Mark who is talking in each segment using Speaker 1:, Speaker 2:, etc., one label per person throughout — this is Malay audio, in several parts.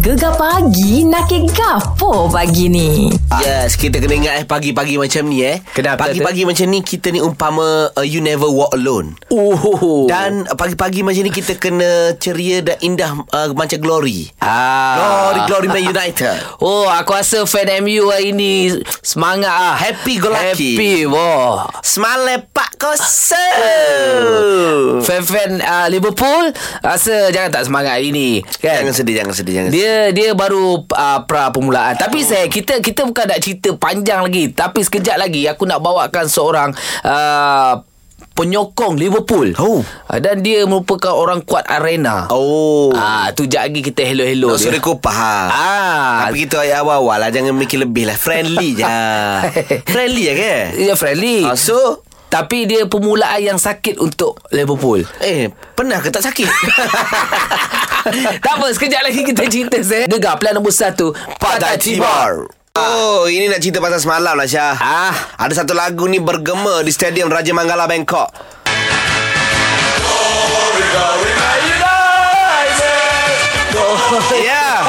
Speaker 1: Gegar pagi nak ke gapo pagi ni?
Speaker 2: Yes, kita kena ingat eh pagi-pagi macam ni eh.
Speaker 3: Ah. Kenapa tu?
Speaker 2: Pagi-pagi macam ni kita ni umpama uh, you never walk alone.
Speaker 3: Oh.
Speaker 2: Dan uh, pagi-pagi macam ni kita kena ceria dan indah uh, macam glory.
Speaker 3: ah.
Speaker 2: Glory, glory Man United.
Speaker 3: Oh, aku rasa fan MU hari ni semangat ah.
Speaker 2: Happy go lucky.
Speaker 3: Happy, wah.
Speaker 2: Semale Pak Kosa.
Speaker 3: Fan-fan uh, Liverpool rasa jangan tak semangat hari ni, kan?
Speaker 2: Jangan sedih, jangan sedih, jangan sedih.
Speaker 3: Dia dia baru uh, pra permulaan. Tapi
Speaker 2: Oh.
Speaker 3: saya kita kita bukan nak cerita panjang lagi, tapi sekejap lagi aku nak bawakan seorang uh, penyokong Liverpool.
Speaker 2: Oh.
Speaker 3: Ah, Dan dia merupakan orang kuat arena.
Speaker 2: Oh.
Speaker 3: Ah, tu jap lagi kita
Speaker 2: Nak
Speaker 3: hello-hello
Speaker 2: suruh kau faham.
Speaker 3: Oh, Ah.
Speaker 2: ha. Tapi kita ayat awal-awal lah Jangan mikir lebih lah Friendly je ha. Friendly je ke?
Speaker 3: Ya friendly.
Speaker 2: Ah, so
Speaker 3: Tapi dia permulaan yang sakit untuk Liverpool.
Speaker 2: Eh Pernah ke tak sakit?
Speaker 3: tak apa, sekejap lagi kita cerita saya. Gegar pelan nombor satu. Patah Tibar.
Speaker 2: Oh, ini nak cerita pasal semalam lah Syah.
Speaker 3: Ah.
Speaker 2: Ada satu lagu ni bergema di stadium Raja Manggala Bangkok. Ya.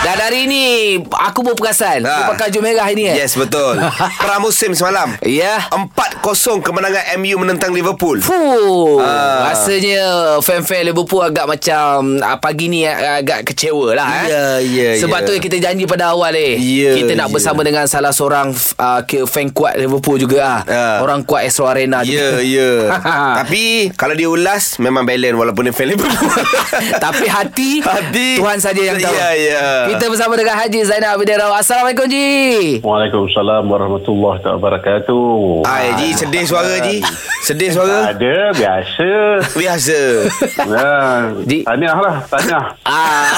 Speaker 3: Dan hari ni, aku pun perasan.
Speaker 2: Ah.
Speaker 3: Ha. Dia pakai baju merah ini eh.
Speaker 2: Yes, betul. Pramusim semalam.
Speaker 3: Ya.
Speaker 2: 4-0 kemenangan MU menentang Liverpool.
Speaker 3: Fuh,
Speaker 2: Ah.
Speaker 3: rasanya fan-fan Liverpool agak macam ah, pagi ni ah, agak kecewa lah. Eh.
Speaker 2: Ya, ya,
Speaker 3: Sebab
Speaker 2: ya.
Speaker 3: tu kita janji pada awal eh.
Speaker 2: Ya,
Speaker 3: kita nak
Speaker 2: ya.
Speaker 3: bersama dengan salah seorang ah, ke- fan kuat Liverpool juga. Ah.
Speaker 2: Ah.
Speaker 3: Orang kuat Astro Arena
Speaker 2: Ya,
Speaker 3: juga.
Speaker 2: ya. Tapi kalau dia ulas memang balance walaupun dia fan Liverpool.
Speaker 3: Tapi hati,
Speaker 2: Hati.
Speaker 3: Tuhan saja yang tahu.
Speaker 2: Ya, ya.
Speaker 3: Kita bersama dengan Haji Zainal Abidin Rawat. Assalamualaikum Ji.
Speaker 4: Waalaikumsalam warahmatullahi wabarakatuh.
Speaker 2: Ai, Ji, sedih suara Ji. Sedih suara.
Speaker 4: Ada biasa.
Speaker 2: Biasa.
Speaker 4: Ya,
Speaker 3: Ji.
Speaker 4: tahniah lah, tahniah.
Speaker 3: Ah,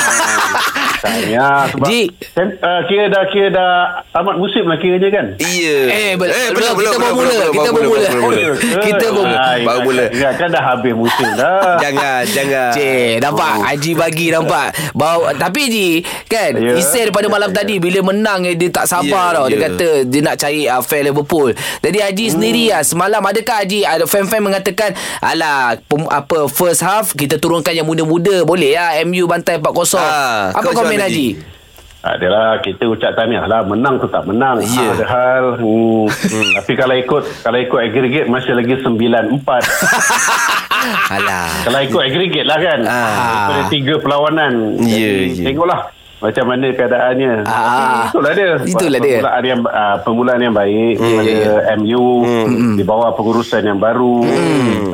Speaker 4: Tahniah sebab
Speaker 3: Ji.
Speaker 4: kan, uh, kira dah kira dah tamat musim lah kiranya kan.
Speaker 2: Iya.
Speaker 3: Eh, bel- belum, kita baru mula, kita
Speaker 2: baru
Speaker 3: Oh, baru mula.
Speaker 2: baru mula.
Speaker 3: Kita pun-
Speaker 4: Ai,
Speaker 2: baru Ya. mula.
Speaker 4: Ya, kan Ah, dah habis musim dah.
Speaker 2: Jangan, jangan.
Speaker 3: ya. Cik, nampak Haji bagi nampak. Bau tapi Ji, kan yeah.
Speaker 4: Ya.
Speaker 3: Isai daripada malam yeah. tadi bila menang eh, dia tak
Speaker 2: Ya,
Speaker 3: sabar yeah. tau. Dia
Speaker 2: ya.
Speaker 3: kata dia nak cari uh, fan Liverpool. Jadi Haji hmm. sendiri ah semalam adakah Haji ada fan-fan mengatakan alah pem, apa first half kita turunkan yang muda-muda boleh lah MU bantai 4-0.
Speaker 2: Ah,
Speaker 3: apa
Speaker 2: kau
Speaker 3: komen
Speaker 2: macam mana, Ji?
Speaker 3: Haji?
Speaker 4: Adalah kita ucap tahniah lah menang tu tak menang.
Speaker 2: Ya.
Speaker 4: Ada hal. Hmm. Tapi kalau ikut kalau ikut aggregate masih lagi 9-4.
Speaker 2: Alah.
Speaker 4: Kalau ikut aggregate lah kan
Speaker 2: Ah.
Speaker 4: Daripada tiga perlawanan
Speaker 2: Ya,
Speaker 4: Jadi,
Speaker 2: ya.
Speaker 4: Tengoklah macam mana keadaannya
Speaker 3: Ah.
Speaker 4: Tapi Itulah dia
Speaker 3: Itulah dia. Ya,
Speaker 4: Permulaan yang, ah, permulaan yang baik Daripada MU
Speaker 3: Hmm,
Speaker 4: Di bawah pengurusan yang baru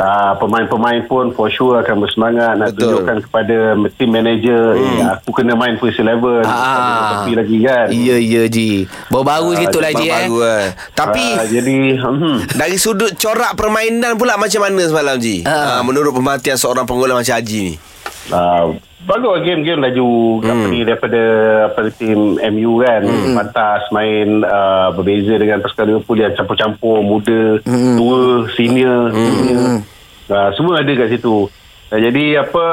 Speaker 4: Ah, Pemain-pemain pun for sure akan bersemangat Nak
Speaker 2: Betul.
Speaker 4: tunjukkan kepada team manager eh, Aku kena main first
Speaker 3: Hmm.
Speaker 4: eleven
Speaker 3: Ah.
Speaker 4: Tapi lagi kan
Speaker 3: Ya, ya Ji. Baru-baru
Speaker 4: Ah,
Speaker 3: gitu lah Ji eh.
Speaker 2: Baru, eh. Tapi
Speaker 4: Ah, Jadi hmm.
Speaker 2: dari sudut corak permainan pula macam mana semalam Ji?
Speaker 3: Ah.
Speaker 2: Ah, menurut pemerhatian seorang penggolak macam Haji ni.
Speaker 4: Uh, bagus game-game laju company daripada apa tim MU kan hmm. pantas main uh, berbeza dengan pasukan Liverpool yang campur-campur muda hmm. tua senior, hmm. senior. Uh, semua ada kat situ uh, jadi apa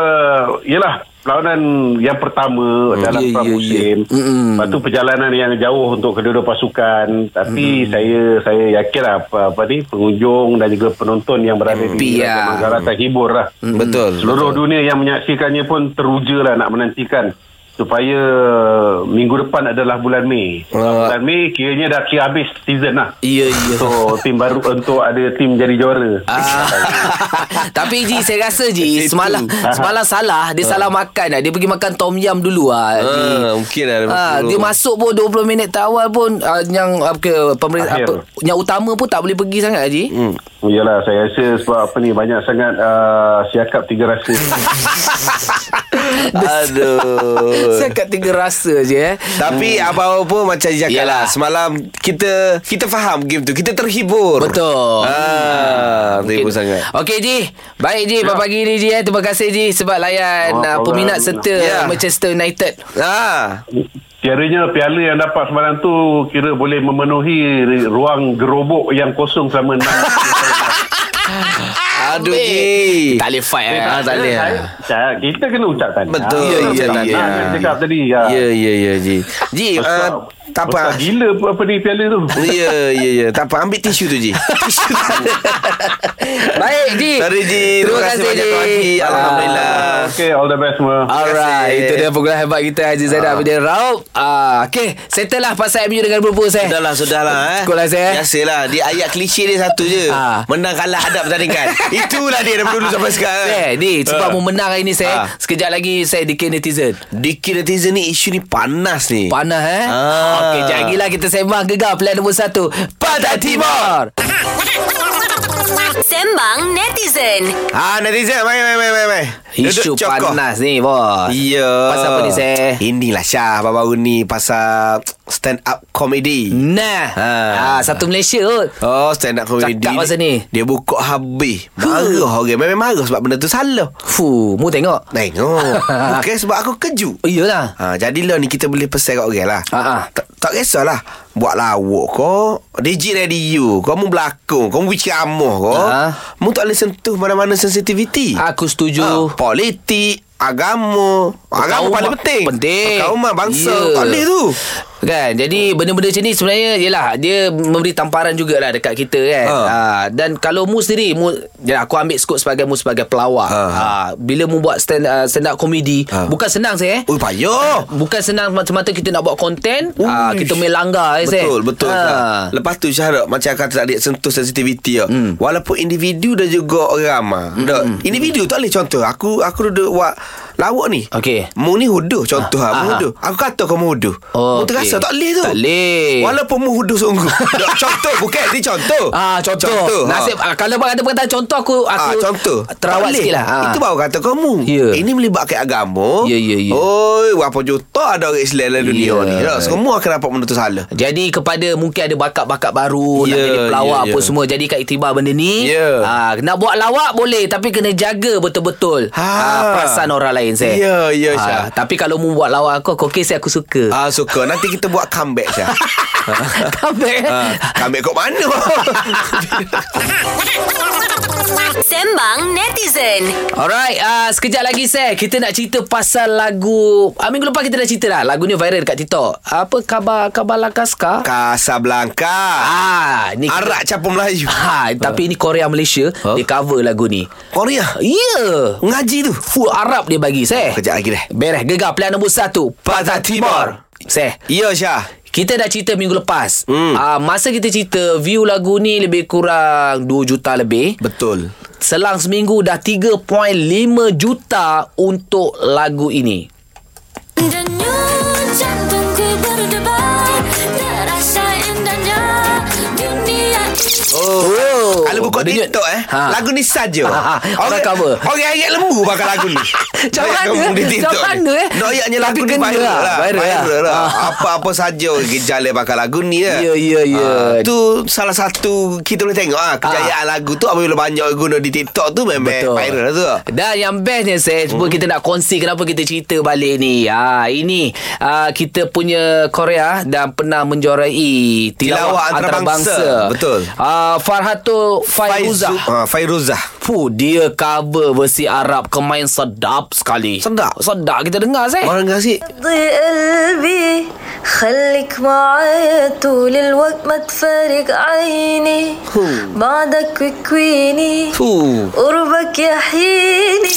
Speaker 4: yalah perlawanan yang pertama hmm. dalam
Speaker 3: Ya, ya,
Speaker 4: yeah, pramusim
Speaker 3: ya. Mm-mm.
Speaker 4: lepas tu perjalanan yang jauh untuk kedua-dua pasukan tapi saya saya yakinlah apa, apa ni pengunjung dan juga penonton yang berada
Speaker 3: Happy,
Speaker 4: di
Speaker 3: ya.
Speaker 4: Raja Manggala terhibur lah
Speaker 3: Hmm.
Speaker 2: Betul.
Speaker 4: Seluruh dunia yang menyaksikannya pun teruja lah nak menantikan supaya minggu depan adalah bulan Mei.
Speaker 2: Ah.
Speaker 4: Bulan Mei kiranya dah kira habis season lah.
Speaker 3: Ya, ya.
Speaker 2: Oh.
Speaker 4: So tim baru untuk ada tim jadi juara.
Speaker 3: Ah. Tapi Ji saya rasa Ji semalam semalam salah dia salah makan lah. Dia pergi makan tom yam dulu ah. Ji.
Speaker 2: Ah, mungkin lah dia
Speaker 3: Ah,
Speaker 2: perlu.
Speaker 3: dia masuk pun 20 minit tak awal pun ah, yang apa ke pemerintah
Speaker 4: Akhir.
Speaker 3: apa, yang utama pun tak boleh pergi sangat Ji. Hmm.
Speaker 4: Yalah saya rasa sebab apa ni banyak sangat uh, siakap tiga rasa.
Speaker 2: Aduh.
Speaker 3: Saya kat tiga rasa je eh.
Speaker 2: Tapi apa-apa pun macam Ji cakap lah
Speaker 3: Yalah.
Speaker 2: Semalam kita kita faham game tu Kita terhibur
Speaker 3: Betul.
Speaker 2: ah, Terhibur sangat
Speaker 3: Okey Ji. Baik Ji pada pagi ni Ji eh. Terima kasih Ji sebab layan
Speaker 4: Oh,
Speaker 3: ah, peminat
Speaker 4: problem.
Speaker 3: serta
Speaker 2: Ya.
Speaker 3: Manchester United.
Speaker 2: Ah,
Speaker 4: Kiranya piala yang dapat semalam tu kira boleh memenuhi ruang gerobok yang kosong selama 6
Speaker 2: Aduh Ji
Speaker 3: Tak boleh fight eh.
Speaker 2: Ah, tak boleh
Speaker 4: Saya- saya- Kita kena ucapkan
Speaker 2: Betul,
Speaker 4: Ya,
Speaker 2: ya,
Speaker 4: ya,
Speaker 2: ya.
Speaker 4: ya. Cakap tadi ya.
Speaker 2: Ya, ya, ya Ji Ji,
Speaker 4: Sebab-
Speaker 2: uh,
Speaker 5: Eh, Tak apa. Ah.
Speaker 4: Besar gila apa, apa ni piala tu.
Speaker 2: Ya, ya, ya. Tak apa, ambil tisu tu, Ji.
Speaker 3: Eh,
Speaker 2: Tisu tu.
Speaker 3: Baik, Ji.
Speaker 2: Sorry, Ji. Terima kasih banyak, Tuan Haji. Alhamdulillah.
Speaker 4: Ah, Okay, all the best semua.
Speaker 5: Ah.
Speaker 3: Alright,
Speaker 2: kasih.
Speaker 3: itu dia penggulan hebat kita Haji Zainal Abidin Raub. Ah, okay, settle lah pasal MU dengan Liverpool saya.
Speaker 2: Sudahlah, sudahlah eh.
Speaker 3: Cukup lah, Zai.
Speaker 2: Biasalah, dia ayat klise dia satu je.
Speaker 3: Ah.
Speaker 2: Menang kalah ada pertandingan. Itulah dia daripada dulu sampai sekarang.
Speaker 3: Saya, Ah. ni sebab mau menang hari ni
Speaker 2: Ah.
Speaker 3: saya. Sekejap lagi saya dikir netizen.
Speaker 2: Dikir netizen ni isu ni panas ni.
Speaker 3: Panas eh.
Speaker 2: Ah.
Speaker 3: Okey, jap lagi lah kita sembang gegar pilihan nombor satu. Pantai Timur.
Speaker 1: Sembang netizen.
Speaker 2: ha netizen mai mai mai mai mai.
Speaker 3: Isu
Speaker 2: Duduk cokoh.
Speaker 3: panas ni bos.
Speaker 2: Ya.
Speaker 3: Pasal apa ni saya?
Speaker 2: Inilah Syah baru-baru ni pasal stand up comedy.
Speaker 3: Nah. Ha.
Speaker 2: Ha.
Speaker 3: ha satu Malaysia kot.
Speaker 2: Oh stand up comedy
Speaker 3: Cakap pasal ni.
Speaker 2: Dia buka habis Marah orang Memang marah sebab benda tu salah
Speaker 3: Fuh, mu tengok.
Speaker 2: Tengok Bukan Oh. sebab aku keju
Speaker 3: Iyalah.
Speaker 2: Ha, jadilah ni kita boleh pesan kat orang lah
Speaker 3: Ha, ha.
Speaker 2: Tak, tak kisahlah Buat lawak kau DJ radio Kau mu berlakon Kau mu berceramah kau
Speaker 3: Ha.
Speaker 2: Mu tak boleh sentuh Mana-mana sensitivity
Speaker 3: Aku setuju.
Speaker 2: ha, Politik Agama Agama
Speaker 3: Perkauman-
Speaker 2: paling penting
Speaker 3: Penting Ya.
Speaker 2: Perkauman bangsa yeah. Tak boleh tu
Speaker 3: Kan Jadi benda-benda macam ni Sebenarnya Yelah Dia memberi tamparan jugalah Dekat kita kan ha.
Speaker 2: Ha.
Speaker 3: Dan kalau mu sendiri mu, ya, Aku ambil skop sebagai mu Sebagai pelawak ha.
Speaker 2: Ha.
Speaker 3: Bila mu buat stand, uh, stand up comedy ha.
Speaker 2: Ha.
Speaker 3: Bukan senang saya eh
Speaker 2: Ui payah
Speaker 3: Bukan senang semata-mata kita nak buat konten uh,
Speaker 2: Uish.
Speaker 3: Kita main langgar eh, Zek.
Speaker 2: Betul betul. Ha. Lepas tu syarat macam kata tadi sentuh sensitivity ya. Mm.
Speaker 3: Hmm.
Speaker 2: Walaupun individu dan juga orang ah. Mm. Individu tak boleh contoh aku aku duduk buat lawak ni.
Speaker 3: Okey.
Speaker 2: Mu ni huduh contoh ah.
Speaker 3: Ah,
Speaker 2: Mu
Speaker 3: ah.
Speaker 2: huduh. Aku kata kau mu huduh.
Speaker 3: Oh,
Speaker 2: mu
Speaker 3: okey.
Speaker 2: terasa tak boleh tu.
Speaker 3: Tak boleh.
Speaker 2: Walaupun mu huduh sungguh. Dok, contoh bukan ni contoh.
Speaker 3: Ah contoh,
Speaker 2: contoh. ha.
Speaker 3: contoh. Nasib ah. kalau abang ada perkataan contoh aku
Speaker 2: Ah,
Speaker 3: aku
Speaker 2: contoh
Speaker 3: terawat
Speaker 2: Tak boleh.
Speaker 3: sikit lah ah.
Speaker 2: Itu baru kata kamu
Speaker 3: Ya.
Speaker 2: Ini melibatkan agama
Speaker 3: Ya, ya, ya.
Speaker 2: Oi Berapa juta ada orang Islam dalam dunia
Speaker 3: Ya.
Speaker 2: ni Tak, Semua akan dapat benda tu salah
Speaker 3: Jadi kepada mungkin ada bakat-bakat baru yeah, nak
Speaker 2: Ya,
Speaker 3: jadi pelawak yeah,
Speaker 2: ya,
Speaker 3: apa
Speaker 2: ya.
Speaker 3: semua jadi kat iktibar benda ni.
Speaker 2: Ya.
Speaker 3: Ah, nak buat lawak boleh tapi kena jaga betul-betul ha.
Speaker 2: Ha.
Speaker 3: ah, perasaan orang lain saya.
Speaker 2: Ya, ya, Syah.
Speaker 3: Ah, tapi kalau mu buat lawak aku aku okey saya aku suka.
Speaker 2: Ah suka Nanti kita buat comeback Syah
Speaker 3: Comeback.
Speaker 2: Ah, Comeback kat mana
Speaker 1: Sembang netizen.
Speaker 3: Alright, uh, sekejap lagi saya kita nak cerita pasal lagu uh, minggu lepas kita dah cerita dah. Lagu ni viral dekat TikTok. Apa khabar khabar Lakaska?
Speaker 2: Casablanca
Speaker 3: Ah, ni kita-
Speaker 2: Arak campur Melayu
Speaker 3: Ha, tapi ini Korea Malaysia huh? dia cover lagu ni.
Speaker 2: Korea
Speaker 3: Ya.
Speaker 2: Ha?
Speaker 3: Yeah.
Speaker 2: Ngaji tu
Speaker 3: Full Arab dia bagi saya.
Speaker 2: Kejap lagi deh
Speaker 3: Bereh gegar pilihan nombor satu Pantai Timur Seh
Speaker 2: Ya Syah
Speaker 3: kita dah cerita minggu lepas hmm.
Speaker 2: Hmm.
Speaker 3: uh, Masa kita cerita View lagu ni lebih kurang 2 juta lebih
Speaker 2: Betul
Speaker 3: Selang seminggu dah 3.5 juta Untuk lagu ini
Speaker 2: Oh,
Speaker 3: Oh,
Speaker 2: Kalau buka
Speaker 3: berdenyut.
Speaker 2: TikTok eh
Speaker 3: Ha.
Speaker 2: Lagu ni saja
Speaker 3: Ha, ha. Orang cover.
Speaker 2: Orang ayat lembu bakal lagu ni
Speaker 3: Macam
Speaker 2: Ayat
Speaker 3: mana?
Speaker 2: lembu di
Speaker 3: Macam
Speaker 2: TikTok ni.
Speaker 3: mana, eh?
Speaker 2: Nak ayatnya
Speaker 3: Tapi
Speaker 2: lagu ni
Speaker 3: kena
Speaker 2: viral
Speaker 3: lah.
Speaker 2: lah
Speaker 3: Viral lah.
Speaker 2: Viral lah
Speaker 3: Ha.
Speaker 2: Apa-apa saja gejala bakal lagu ni lah
Speaker 3: Ya, ya, ya.
Speaker 2: Ah, Tu salah satu Kita boleh tengok ah Kejayaan lagu tu Apabila banyak guna di TikTok tu Memang viral lah tu Hmm.
Speaker 3: Dan yang bestnya saya Cuba kita nak kongsi Kenapa kita cerita balik ni ha, Ini ha, Kita punya Korea Dan pernah
Speaker 2: Tilawah
Speaker 3: menjuarai Tilawah
Speaker 2: antarabangsa.
Speaker 3: antarabangsa
Speaker 2: Betul.
Speaker 3: ha, Farhatul Fairuzah
Speaker 2: Faizu- ah, Fairuzah
Speaker 3: Fuh, dia cover versi Arab kemain sedap sekali.
Speaker 2: Sedap?
Speaker 3: Sedap kita dengar saya.
Speaker 2: Orang kasih
Speaker 6: ضي قلبي خليك معايا طول الوقت ما تفارق عيني بعدك كويني
Speaker 2: Tu
Speaker 6: قربك يحييني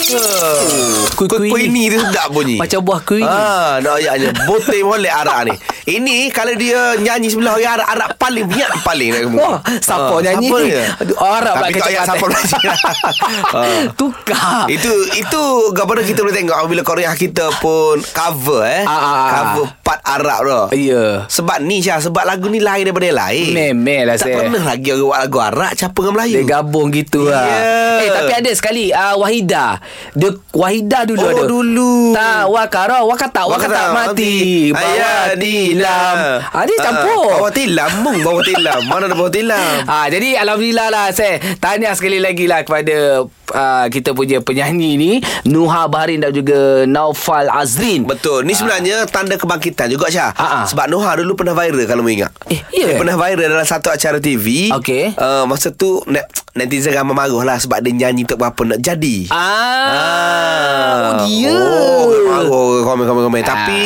Speaker 3: Kuih- kuih
Speaker 2: Kuih
Speaker 3: ni.
Speaker 2: ni tu sedap bunyi
Speaker 3: Macam buah kuih ni.
Speaker 2: Ah, nak ayaknya Botai molek Arab ni Ini kalau dia nyanyi sebelah Orang Arab, Arab paling Minyak paling nak kemuk.
Speaker 3: Wah, siapa nyanyi
Speaker 2: siapa
Speaker 3: ni?
Speaker 2: dia?
Speaker 3: Aduh, Arab
Speaker 2: Tapi
Speaker 3: lah
Speaker 2: tak
Speaker 3: kacau
Speaker 2: payah
Speaker 3: kata.
Speaker 2: siapa belajar Ah.
Speaker 3: Tukar.
Speaker 2: Itu itu gambaran kita boleh tengok Bila Korea kita pun cover eh
Speaker 3: Ah, ah, ah.
Speaker 2: Cover part Arab tu
Speaker 3: Ya.
Speaker 2: Sebab ni Syah Sebab lagu ni lain daripada yang lain
Speaker 3: Memel lah,
Speaker 2: Tak
Speaker 3: Syah.
Speaker 2: pernah lagi orang buat lagu Arab Capa dengan Melayu
Speaker 3: Dia gabung gitu lah.
Speaker 2: Ya.
Speaker 3: Eh tapi ada sekali uh, Wahida. Dia Wahida dulu
Speaker 2: Oh,
Speaker 3: ada.
Speaker 2: dulu.
Speaker 3: Tak wakara wakata wakata
Speaker 2: Wakata Ah, ya,
Speaker 3: mati. Bawa tilam.
Speaker 2: lah.
Speaker 3: Ah dia campur.
Speaker 2: Bawa tilam Mung bawa tilam Mana ada bawa tilam
Speaker 3: Ah jadi alhamdulillah lah saya tahniah sekali lagi lah kepada uh, kita punya penyanyi ni Nuha Bahrin dan juga Naufal Azrin.
Speaker 2: Betul Ni sebenarnya Tanda kebangkitan juga Syah
Speaker 3: Ah, ah.
Speaker 2: Sebab Noha dulu pernah viral Kalau mu ingat
Speaker 3: Eh,
Speaker 2: Dia
Speaker 3: ya?
Speaker 2: pernah viral dalam satu acara TV
Speaker 3: Okey.
Speaker 2: uh, Masa tu ne- Netizen ramai marah lah Sebab dia nyanyi tak berapa Nak jadi
Speaker 3: Ah. ah.
Speaker 2: Ah.
Speaker 3: Oh dia.
Speaker 2: Oh, orang marah Orang komen-komen komen.
Speaker 3: Ah.
Speaker 2: Tapi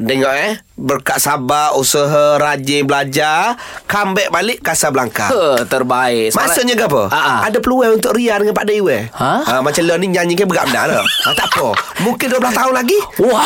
Speaker 2: Tengok eh berkat sabar, usaha, rajin belajar, comeback balik Casablanca.
Speaker 3: Huh, terbaik. Semalam-
Speaker 2: Maksudnya ke apa?
Speaker 3: Ha, ha.
Speaker 2: Ada peluang untuk Ria dengan Pak Dewi. eh?
Speaker 3: Ha?
Speaker 2: macam lo ni nyanyi kan bergak benar lah. ha, tak apa. Mungkin 12 tahun lagi.
Speaker 3: Wah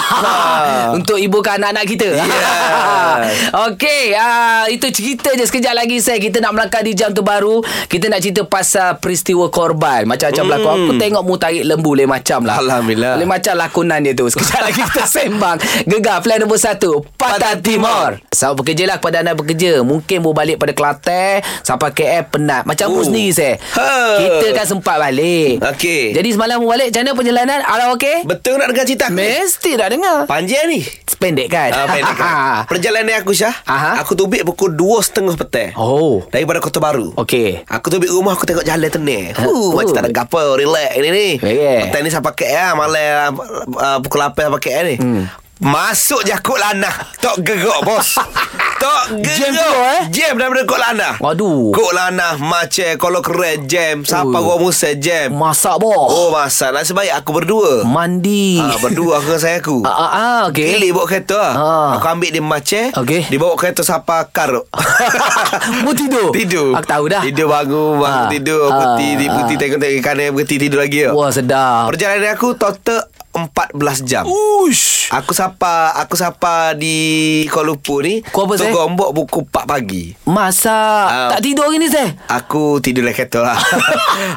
Speaker 3: Untuk ibu ke anak-anak kita
Speaker 2: Yes.
Speaker 3: Okey uh, Itu cerita je Sekejap lagi saya Kita nak melangkah di jam tu baru Kita nak cerita pasal Peristiwa korban Macam-macam mm. berlaku Aku tengok mu tarik lembu Lain macam lah
Speaker 2: Hmm. Alhamdulillah.
Speaker 3: Lain macam lakonan dia tu Sekejap lagi kita sembang Gegar plan nombor satu Patah
Speaker 2: Pantai Timur.
Speaker 3: Timur Sama bekerja lah kepada anda bekerja Mungkin mu balik pada Kelantan Sampai KL penat Macam mu
Speaker 2: Oh.
Speaker 3: sendiri saya
Speaker 2: Ha.
Speaker 3: Kita kan sempat balik
Speaker 2: Okey.
Speaker 3: Jadi semalam mu balik Macam mana perjalanan Alah okey
Speaker 2: Betul nak dengar cerita aku? ni?
Speaker 3: Mesti dah dengar
Speaker 2: Panjang ni.
Speaker 3: Pendek kan
Speaker 2: Ah, pendek kan? Perjalanan aku Syah
Speaker 3: Aha.
Speaker 2: Aku tubik pukul 2.30 petang
Speaker 3: Oh
Speaker 2: Daripada Kota Baru
Speaker 3: Okey
Speaker 2: Aku tubik rumah Aku tengok jalan tenang
Speaker 3: Ah, Ya,
Speaker 2: huh,
Speaker 3: oh.
Speaker 2: Macam tak ada gapa Relax ni ni
Speaker 3: Yeah.
Speaker 2: Petang ni sampai KL Malam uh, Pukul 8 sampai KL ni hmm. Masuk je kot lanah Tok gerok bos Tok gerok
Speaker 3: Jam keluar, eh?
Speaker 2: Jam daripada kot lanah
Speaker 3: Waduh.
Speaker 2: Kot lanah Macam Kalau keren jam Siapa
Speaker 3: Oh.
Speaker 2: gua musai jam
Speaker 3: Masak boh
Speaker 2: Oh
Speaker 3: oh.
Speaker 2: masa Nasib baik aku berdua
Speaker 3: Mandi
Speaker 2: Ah, berdua aku dengan saya aku
Speaker 3: Ah, ah, ah, okey.
Speaker 2: Pilih bawa kereta ah.
Speaker 3: Ah.
Speaker 2: Aku ambil dia macet
Speaker 3: Okey.
Speaker 2: Dia bawa kereta sampai kar
Speaker 3: Mu tidur?
Speaker 2: Tidur
Speaker 3: Aku tahu dah.
Speaker 2: Tidur bangun bangun
Speaker 3: Ah.
Speaker 2: Tidur
Speaker 3: Ah,
Speaker 2: Berhenti
Speaker 3: ah.
Speaker 2: Berhenti tengok-tengok kanan Berhenti tidur lagi ya.
Speaker 3: Wah sedap
Speaker 2: Perjalanan aku total 14 jam
Speaker 3: Ush
Speaker 2: Aku sapa Aku sapa di Kuala Lumpur ni
Speaker 3: Kau apa,
Speaker 2: Tu
Speaker 3: Zai?
Speaker 2: gombok pukul 4 pagi
Speaker 3: Masak
Speaker 2: Ah.
Speaker 3: Tak tidur hari ni saya
Speaker 2: Aku tidur dalam kereta lah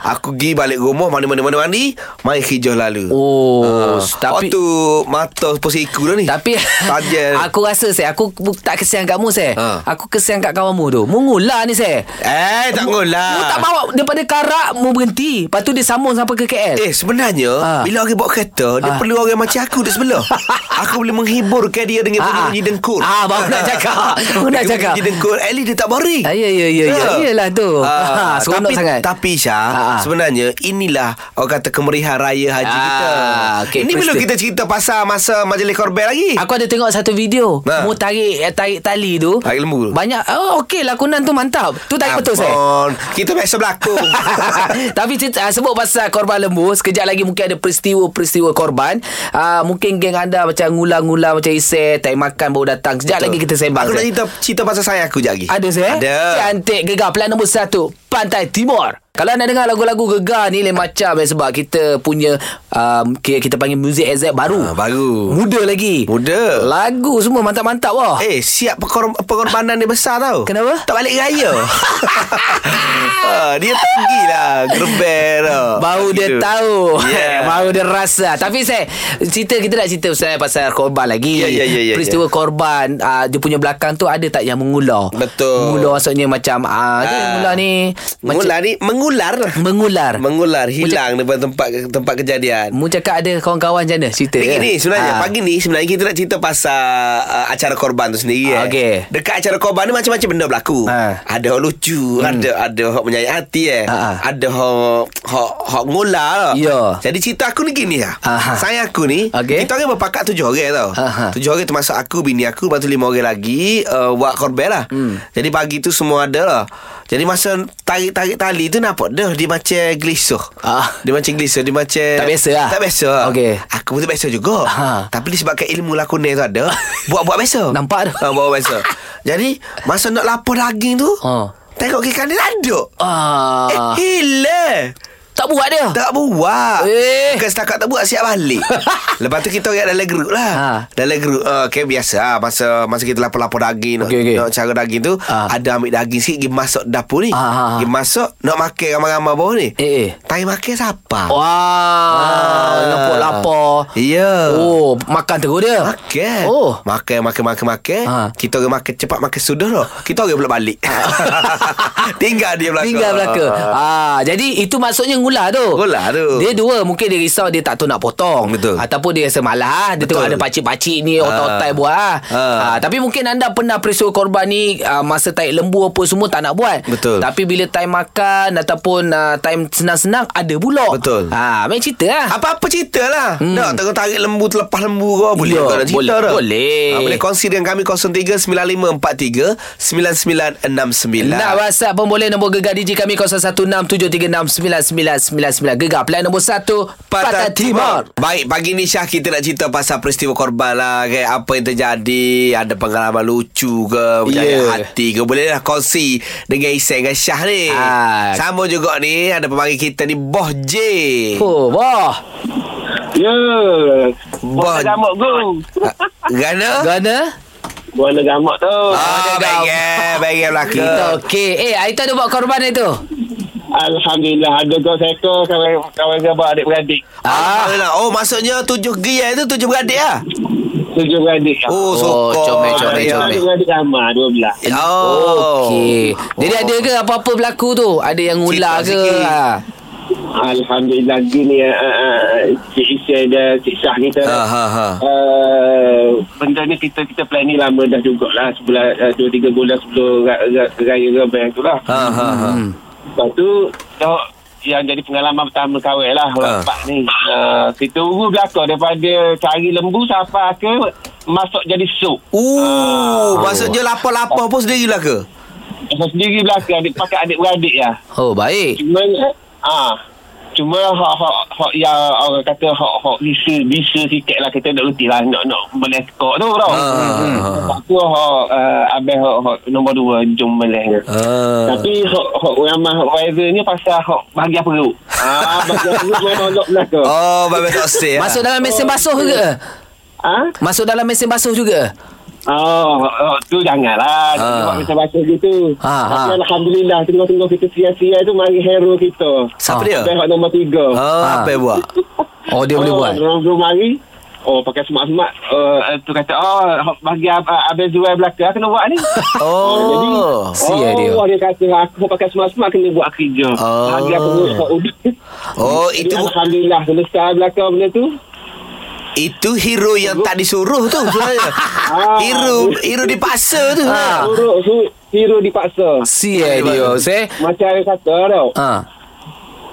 Speaker 2: Aku pergi balik rumah Mana-mana-mana mandi Main hijau lalu
Speaker 3: Oh, tapi-
Speaker 2: Ah, Waktu Mata posiku dah ni
Speaker 3: tapi
Speaker 2: Tajam
Speaker 3: aku rasa saya aku bu- tak kesian kat mu saya.
Speaker 2: Ah.
Speaker 3: Aku kesian kat kawan mu tu. Mu ngulah ni saya.
Speaker 2: Eh tak ngolah
Speaker 3: Mu tak bawa daripada Karak mu berhenti. Lepas tu dia sambung sampai ke KL.
Speaker 2: Eh sebenarnya
Speaker 3: Ah.
Speaker 2: Bila orang bawa kereta Dia
Speaker 3: Ah.
Speaker 2: perlu orang macam aku Di sebelah Aku boleh menghiburkan dia Dengan bunyi-bunyi dengkur
Speaker 3: Ah, baru nak cakap. Baru nak
Speaker 2: Dengan
Speaker 3: cakap.
Speaker 2: Bunyi dengkur At least dia tak boring
Speaker 3: Ah, ya, ya, ya, ya.
Speaker 2: Ya.
Speaker 3: Iyalah tu.
Speaker 2: Ah,
Speaker 3: Seronok
Speaker 2: tapi,
Speaker 3: sangat.
Speaker 2: Tapi Syah
Speaker 3: Ah, ah.
Speaker 2: Sebenarnya Inilah Orang kata kemerihan raya haji
Speaker 3: Ah,
Speaker 2: kita
Speaker 3: okey,
Speaker 2: Ini belum
Speaker 3: peristiwa.
Speaker 2: kita cerita Pasal masa majlis korban lagi
Speaker 3: Eh, Aku ada tengok satu video
Speaker 2: Ha.
Speaker 3: ha. Mu tarik eh, tarik tali tu
Speaker 2: Tarik lembu tu.
Speaker 3: Banyak Oh okey lakonan tu mantap Tu tarik betul saya
Speaker 2: Abang, Kita biasa berlakon
Speaker 3: Tapi cerita, ah, sebut pasal korban lembu Sekejap lagi mungkin ada peristiwa-peristiwa korban uh, Mungkin geng anda macam ngulang-ngulang Macam isek Tak makan baru datang Sekejap lagi kita sembang
Speaker 2: Aku nak
Speaker 3: Zek.
Speaker 2: cerita Cerita pasal saya aku sekejap lagi
Speaker 3: Ada saya?
Speaker 2: Ada
Speaker 3: Cantik gegar Pelan nombor satu Pantai Timur kalau anda dengar lagu-lagu gegar ni lain macam eh, sebab kita punya um, kita, kita panggil music exact
Speaker 2: Ah,
Speaker 3: baru.
Speaker 2: baru.
Speaker 3: Muda lagi.
Speaker 2: Muda.
Speaker 3: Lagu semua mantap-mantap wah.
Speaker 2: Eh siap pengor- pengorbanan dia besar tau
Speaker 3: Kenapa?
Speaker 2: Tak balik raya Ah, Dia pergi lah Gerber tau
Speaker 3: Baru dia
Speaker 2: Gitu. Ya.
Speaker 3: tahu
Speaker 2: Yeah.
Speaker 3: Baru dia rasa Tapi saya Cerita kita nak cerita pasal, pasal korban lagi
Speaker 2: Ya, ya, ya, ya,
Speaker 3: Peristiwa yeah. korban uh, Dia punya belakang tu Ada tak yang mengular
Speaker 2: Betul.
Speaker 3: Mengular maksudnya macam uh, Dia
Speaker 2: Ah.
Speaker 3: mengular ni
Speaker 2: Mengular ni Mengular
Speaker 3: macam, Mengular
Speaker 2: Mengular Hilang daripada tempat tempat kejadian
Speaker 3: Mu cakap ada kawan-kawan macam mana Cerita
Speaker 2: Ni gini sebenarnya
Speaker 3: Ah.
Speaker 2: Pagi ni sebenarnya kita nak cerita pasal uh, Acara korban tu sendiri
Speaker 3: Ah,
Speaker 2: eh.
Speaker 3: okey.
Speaker 2: Dekat acara korban ni macam-macam benda berlaku
Speaker 3: Ah. Hmm.
Speaker 2: Ada orang lucu Ada ada orang menyayat hati eh.
Speaker 3: Ah, ah.
Speaker 2: Ada orang Orang, orang ngola lah
Speaker 3: Ya.
Speaker 2: Jadi cerita aku ni gini lah
Speaker 3: Ah, ah.
Speaker 2: Saya aku ni
Speaker 3: Okey.
Speaker 2: Kita orang berpakat tujuh orang tau
Speaker 3: Ah, ah.
Speaker 2: Tujuh orang termasuk aku Bini aku Lepas tu lima orang lagi uh, Buat korban lah
Speaker 3: Hmm.
Speaker 2: Jadi pagi tu semua ada lah Jadi masa tarik-tarik tali tu nampak dah Dia macam gelisah
Speaker 3: Ah.
Speaker 2: Dia macam gelisah Dia macam
Speaker 3: Tak biasa lah.
Speaker 2: Tak biasa lah.
Speaker 3: Okey.
Speaker 2: Aku pun tak biasa juga
Speaker 3: Ha.
Speaker 2: Tapi disebabkan ilmu lakonan tu ada Buat-buat biasa
Speaker 3: Nampak tu.
Speaker 2: ha, Buat-buat biasa Jadi Masa nak lapor daging tu
Speaker 3: Ha.
Speaker 2: Tengok kiri kanan tak ada
Speaker 3: Ah,
Speaker 2: Eh hilang
Speaker 3: Tak buat dia
Speaker 2: tak buat
Speaker 3: Eh.
Speaker 2: Bukan setakat tak buat Siap balik Lepas tu kita orang dalam grup lah
Speaker 3: Ha.
Speaker 2: Dalam grup uh, Okay biasa lah Masa masa kita lapar-lapar daging
Speaker 3: Okey, okey.
Speaker 2: nak, nak cara daging tu
Speaker 3: Ha.
Speaker 2: Ada ambil daging sikit Pergi masuk dapur ni
Speaker 3: Ha, ha, ha.
Speaker 2: Pergi masuk Nak makan ramai-ramai bawah ni
Speaker 3: Eh, Oh. eh.
Speaker 2: Tangan makan siapa
Speaker 3: Wah Lapor-lapor
Speaker 2: Ah. Ya
Speaker 3: Oh Makan terus dia
Speaker 2: Makan
Speaker 3: Oh
Speaker 2: Makan makan makan makan
Speaker 3: Ha.
Speaker 2: Kita orang makan cepat makan sudah lah Kita orang pula balik Tinggal dia belakang
Speaker 3: Tinggal belaka. Ah, jadi itu maksudnya ngular tu.
Speaker 2: Ngular tu.
Speaker 3: Dia dua, mungkin dia risau dia tak tahu nak potong.
Speaker 2: Betul.
Speaker 3: Ataupun dia rasa malah dia
Speaker 2: Betul.
Speaker 3: tengok ada pakcik-pakcik ni otak-otak buat ah.
Speaker 2: Ah.
Speaker 3: Ah, tapi mungkin anda pernah peristiwa korban ni ah, masa tarik lembu apa semua tak nak buat.
Speaker 2: Betul.
Speaker 3: Tapi bila time makan ataupun ah, time senang-senang ada pula.
Speaker 2: Betul.
Speaker 3: Ah, main cerita lah.
Speaker 2: Apa-apa cerita lah hmm. Nak tengok tarik lembu Terlepas lembu kau Boleh
Speaker 3: Ya,
Speaker 2: kau nak cerita
Speaker 3: boleh-
Speaker 2: dah.
Speaker 3: boleh.
Speaker 2: ha, Boleh kongsi dengan kami 03-9543-9969
Speaker 3: Nak WhatsApp pun boleh Nombor gegar DJ kami 01673699 0377109999 Gegar Pilihan nombor 1 Patah Timur
Speaker 2: Baik, pagi ni Syah kita nak cerita pasal peristiwa korban lah kan? Apa yang terjadi Ada pengalaman lucu ke Berjaya
Speaker 3: Yeah.
Speaker 2: hati ke Boleh lah kongsi Dengan Isai dengan Syah ni
Speaker 3: Ah.
Speaker 2: Sama juga ni Ada pemanggil kita ni Boh J
Speaker 3: Oh, wah
Speaker 5: Ya.
Speaker 2: Bon.
Speaker 5: Buat gamak tu.
Speaker 2: Ah, Gana
Speaker 3: Gana
Speaker 5: Buat gamak tu.
Speaker 2: Ah, baik eh Baik eh belaka
Speaker 3: Kita okey Eh, Aita ada buat korban itu
Speaker 5: Alhamdulillah ada kau seko kawan kawan gamak adik-beradik.
Speaker 2: Ah. Oh maksudnya tujuh gaya tu tujuh beradik lah
Speaker 5: Tujuh beradik.
Speaker 2: Oh, sokong.
Speaker 3: comel, comel,
Speaker 2: Ya.
Speaker 3: comel.
Speaker 5: Adik beradik ramai dua belas.
Speaker 2: Oh.
Speaker 3: Okey Jadi ada ke apa-apa berlaku tu Ada yang ular
Speaker 2: Cerita
Speaker 3: ke
Speaker 2: sikit.
Speaker 3: ha.
Speaker 5: Alhamdulillah gini ah, ah, ah, Cik Isyah dan Cik Syah kita.
Speaker 2: Ha, ha, ha.
Speaker 5: Uh, benda ni kita kita plan ni lama dah jugalah sebulan uh, dua tiga bulan sebelum ra- ra- raya Ramadan tu lah.
Speaker 2: Ha ha ha.
Speaker 5: Lepas tu Tok yang jadi pengalaman pertama kahwin lah
Speaker 2: Ah.
Speaker 5: orang empat ni uh, kita urus belakang daripada cari lembu sampai ke masuk jadi sup
Speaker 2: Uh, maksudnya lapar-lapar pun sendirilah ke?
Speaker 5: saya sendiri belakang adik pakai adik-beradik ya
Speaker 3: Oh baik
Speaker 5: cuma ah cuma hak hak hak yang orang kata hak hak bisa bisa sikit lah kita nak letih lah nak nak melekok tu tau
Speaker 2: Ah.
Speaker 5: Lepas tu hak uh, abang hak, hak nombor dua jom melek
Speaker 2: Ah.
Speaker 5: Tapi hok hok ramah hok wiser ni pasal hok bahagian perut. Ah bahagian perut lah mana olok belaka.
Speaker 2: Oh, baik tak say.
Speaker 3: Masuk dalam mesin basuh
Speaker 2: Oh.
Speaker 3: ke
Speaker 5: Ha?
Speaker 3: Masuk dalam mesin basuh juga
Speaker 5: Oh, hok, hok tu janganlah. Kita
Speaker 2: Ah.
Speaker 5: buat macam baca gitu.
Speaker 3: Ah,
Speaker 5: Tapi
Speaker 3: ah.
Speaker 5: alhamdulillah tengok-tengok kita sia-sia tu mari hero kita.
Speaker 2: Siapa
Speaker 3: Ah.
Speaker 2: dia?
Speaker 5: Sampai hok nombor tiga.
Speaker 2: Oh,
Speaker 3: Ah.
Speaker 2: apa yang buat?
Speaker 3: Oh dia boleh buat
Speaker 5: Orang tu mari. Oh pakai semak-semak uh, tu kata oh hok bahagian uh, abang Zuai belaka kena buat ni.
Speaker 2: Oh.
Speaker 3: Sia dia.
Speaker 5: Oh, dia kata aku pakai semak-semak kena buat kerja.
Speaker 2: Oh.
Speaker 5: Bahagian perut hok udik.
Speaker 2: Oh, itu
Speaker 5: Jadi, Alhamdulillah selesai belakang benda tu.
Speaker 2: itu hero yang tak disuruh tu sebenarnya. Hero hero dipaksa tu.
Speaker 3: Ah.
Speaker 5: Suruh, suruh, suruh dipaksa.
Speaker 3: Sia eh, dia Saya
Speaker 5: Macam yang kata tau.
Speaker 3: Ha.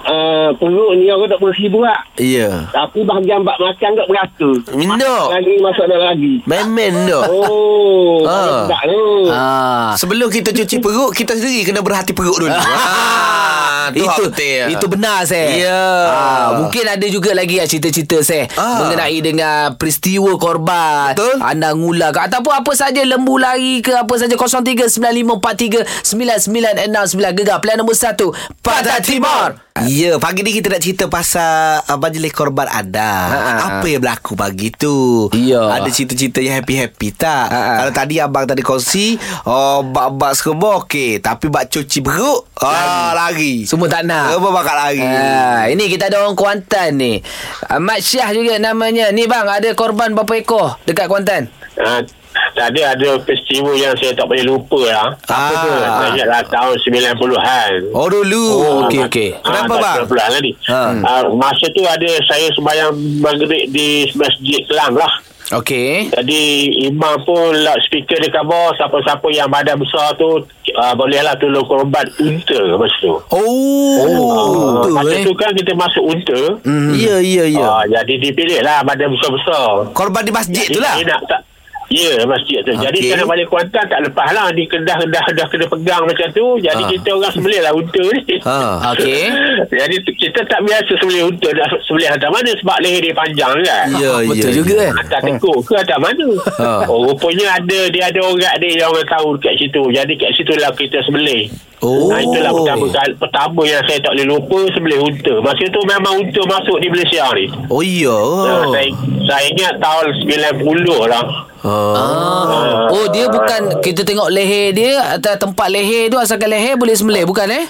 Speaker 5: Uh, perut ni orang tak bersih buat.
Speaker 2: Ya.
Speaker 5: Tapi bahagian bak makan tak berata.
Speaker 2: No.
Speaker 5: Lagi masuk dalam lagi.
Speaker 2: Memen tu.
Speaker 5: Oh,
Speaker 2: Ah.
Speaker 5: tak tu.
Speaker 3: Ha.
Speaker 2: Sebelum kita cuci perut, kita sendiri kena berhati perut dulu. Ah, tu hak
Speaker 3: itu
Speaker 2: betul.
Speaker 3: itu benar saya.
Speaker 2: Ya.
Speaker 3: Ah, mungkin ada juga lagi ah, cerita-cerita saya
Speaker 2: Ah.
Speaker 3: mengenai dengan peristiwa korban,
Speaker 2: Betul.
Speaker 3: anda ngula ke ataupun apa saja lembu lari ke apa saja 0395439969 gegar plan nombor 1 Pantai Timur.
Speaker 2: Ya, pagi ni kita nak cerita pasal uh, majlis korban ada.
Speaker 3: Ha, ha,
Speaker 2: Apa yang berlaku pagi tu?
Speaker 3: Ya.
Speaker 2: Ada cerita-cerita yang happy-happy tak?
Speaker 3: Ha, ha.
Speaker 2: Kalau tadi abang tadi kongsi, oh bak-bak serba okey, tapi bak cuci perut, ah lari.
Speaker 3: Semua tak nak.
Speaker 2: Semua bakal lari.
Speaker 3: Ah, ini kita ada orang Kuantan ni. Ah, Mat Syah juga namanya. Ni bang, ada korban berapa ekor dekat Kuantan?
Speaker 7: Ha, tadi ada festival yang saya tak boleh lupa lah.
Speaker 2: Apa tu?
Speaker 7: Saya lah tahun Ah, 90-an.
Speaker 2: Oh dulu.
Speaker 3: Oh, okey, okey.
Speaker 2: Kenapa,
Speaker 7: tak
Speaker 2: bang?
Speaker 7: 90-an tadi.
Speaker 2: Ha.
Speaker 7: Ha. masa tu ada saya sembahyang maghrib di Masjid Kelang lah.
Speaker 3: Okey.
Speaker 7: Jadi imam pun loudspeaker dia kabar siapa-siapa yang badan besar tu uh, bolehlah tolong korban unta masa tu.
Speaker 2: Oh.
Speaker 7: Ah,
Speaker 2: tu,
Speaker 7: masa
Speaker 2: eh.
Speaker 7: tu kan kita masuk unta.
Speaker 2: Hmm. Ya, ya, ya.
Speaker 7: Ah, jadi dipilih lah badan besar-besar.
Speaker 2: Korban di masjid tu lah.
Speaker 7: Dia nak tak Ya masjid tu Jadi
Speaker 2: Okey.
Speaker 7: okay. kalau balik Kuantan Tak lepas lah Di Kedah-Kedah Dah kena pegang macam tu Jadi
Speaker 2: Ah.
Speaker 7: kita orang sembelih lah Unta ni
Speaker 2: Ha.
Speaker 3: Okey.
Speaker 7: Jadi tu- kita tak biasa sembelih unta Nak sembelih hantar mana Sebab leher dia panjang kan
Speaker 2: Ya, ya.
Speaker 3: Betul
Speaker 2: ya.
Speaker 3: juga, eh.
Speaker 7: Hantar tekuk ke hantar mana
Speaker 2: Ah.
Speaker 7: Oh rupanya ada Dia ada orang dia Yang orang tahu kat situ Jadi kat situ lah kita sembelih
Speaker 2: Oh.
Speaker 7: Nah, itulah pertama, kali- pertama yang saya tak boleh lupa sembelih unta. Masa tu memang unta masuk di Malaysia ni.
Speaker 2: Oh, ya.
Speaker 7: Oh. Saya, saya ingat tahun 90 lah.
Speaker 3: Ah. Oh dia bukan kita tengok leher dia atau tempat leher tu asalkan leher boleh sembelih bukan eh?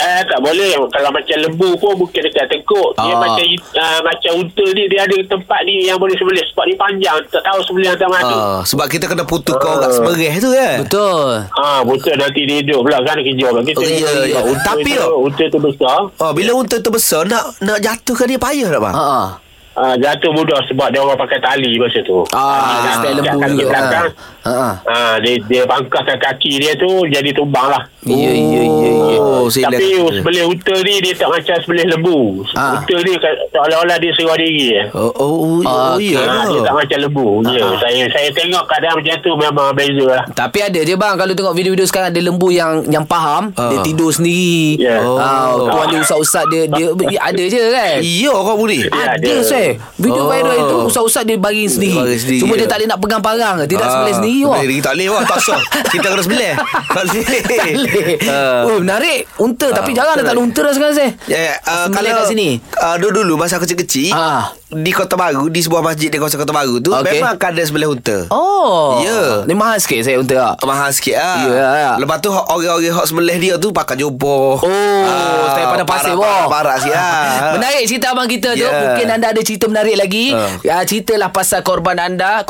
Speaker 7: Eh, tak boleh. Kalau macam lembu pun bukan dekat tengkuk. Dia
Speaker 3: Ah.
Speaker 7: macam uh, macam unta ni. Dia ada tempat ni yang boleh sembelih. Sebab dia panjang. Tak tahu sembelih hantar mana.
Speaker 2: Ah, sebab kita kena putuskan orang semerih tu
Speaker 3: eh.
Speaker 2: kan.
Speaker 3: Betul.
Speaker 7: Ah, betul nanti dia hidup pula kan kerja. Bagi tu
Speaker 2: Oh, ya, ya.
Speaker 7: Unta
Speaker 2: Tapi,
Speaker 7: tu,
Speaker 2: oh.
Speaker 7: unta tu besar.
Speaker 2: Oh, bila unta tu besar nak nak jatuhkan dia payah tak bang?
Speaker 3: Ha Ya. ah.
Speaker 8: uh,
Speaker 7: Ah,
Speaker 8: jatuh mudah sebab dia orang pakai tali masa tu.
Speaker 3: Ah,
Speaker 8: Dia angkat
Speaker 3: style lembu
Speaker 8: kaki
Speaker 3: juga.
Speaker 8: belakang.
Speaker 3: Ha. Ha.
Speaker 8: Ah, dia, dia pangkaskan kaki dia tu jadi tumbang lah.
Speaker 3: Ya, ya, ya, ya.
Speaker 2: Oh, saya
Speaker 8: Tapi
Speaker 2: bilang-
Speaker 8: sebelih uta ni dia tak macam sebelih lembu.
Speaker 3: Ah.
Speaker 8: Uta ni kat- seolah-olah dia serah diri. je.
Speaker 2: Oh, oh, oh, oh
Speaker 3: Okey.
Speaker 2: ya.
Speaker 8: Ah, dia tak macam lembu. Ya, saya saya tengok keadaan macam tu memang beza lah.
Speaker 3: Tapi ada je bang Kalau tengok video-video sekarang Ada lembu yang yang faham
Speaker 2: Ah.
Speaker 3: Dia tidur sendiri
Speaker 8: Ya.
Speaker 3: oh.
Speaker 2: Oh.
Speaker 3: Tuan dia usap-usap dia, dia, dia Ada je kan
Speaker 2: Ya, orang boleh.
Speaker 8: Ya,
Speaker 3: Ada
Speaker 8: ada.
Speaker 3: saya Video
Speaker 2: Oh.
Speaker 3: viral itu Usap-usap dia baring sendiri,
Speaker 2: baring sendiri,
Speaker 3: Cuma
Speaker 2: ya.
Speaker 3: dia tak boleh nak pegang parang Tidak ah. sebelah sendiri wah.
Speaker 2: Sendiri tak boleh wah, tak sah. Kita kena sebelah. Tak
Speaker 3: Tak boleh. Oh menarik Unta Tapi jarang
Speaker 2: unta
Speaker 3: dah tak ada
Speaker 2: lagi.
Speaker 3: unta dah sekarang saya
Speaker 2: Ah. Ya, yeah, uh,
Speaker 3: Sembelih
Speaker 2: kalau
Speaker 3: kat sini.
Speaker 2: uh, dulu dulu masa aku kecil-kecil
Speaker 3: Ah.
Speaker 2: di Kota Baru di sebuah masjid di kawasan Kota Baru tu
Speaker 3: Okey.
Speaker 2: memang akan ada sebelah unta.
Speaker 3: Oh
Speaker 2: Ya.
Speaker 3: Ni mahal sikit saya unta tak?
Speaker 2: Mahal sikit lah
Speaker 3: Ya, ya.
Speaker 2: Lepas tu hok- Orang-orang hot sembelih dia tu Pakai jubah Ah,
Speaker 3: Oh, saya pada pasir
Speaker 2: Parak-parak
Speaker 3: wah.
Speaker 2: parak sikit lah
Speaker 3: Menarik cerita abang kita tu.
Speaker 2: Yeah.
Speaker 3: Mungkin anda ada cerita menarik lagi.
Speaker 2: Ah.
Speaker 3: Uh. ceritalah pasal korban anda